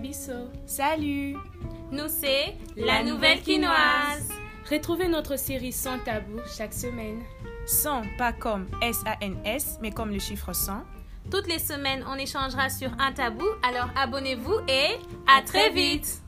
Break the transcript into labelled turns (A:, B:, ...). A: Bissot.
B: Salut
C: Nous c'est la nouvelle quinoise.
A: Retrouvez notre série Sans tabou chaque semaine.
B: Sans, pas comme S-A-N-S, mais comme le chiffre 100.
C: Toutes les semaines, on échangera sur un tabou, alors abonnez-vous et à très vite.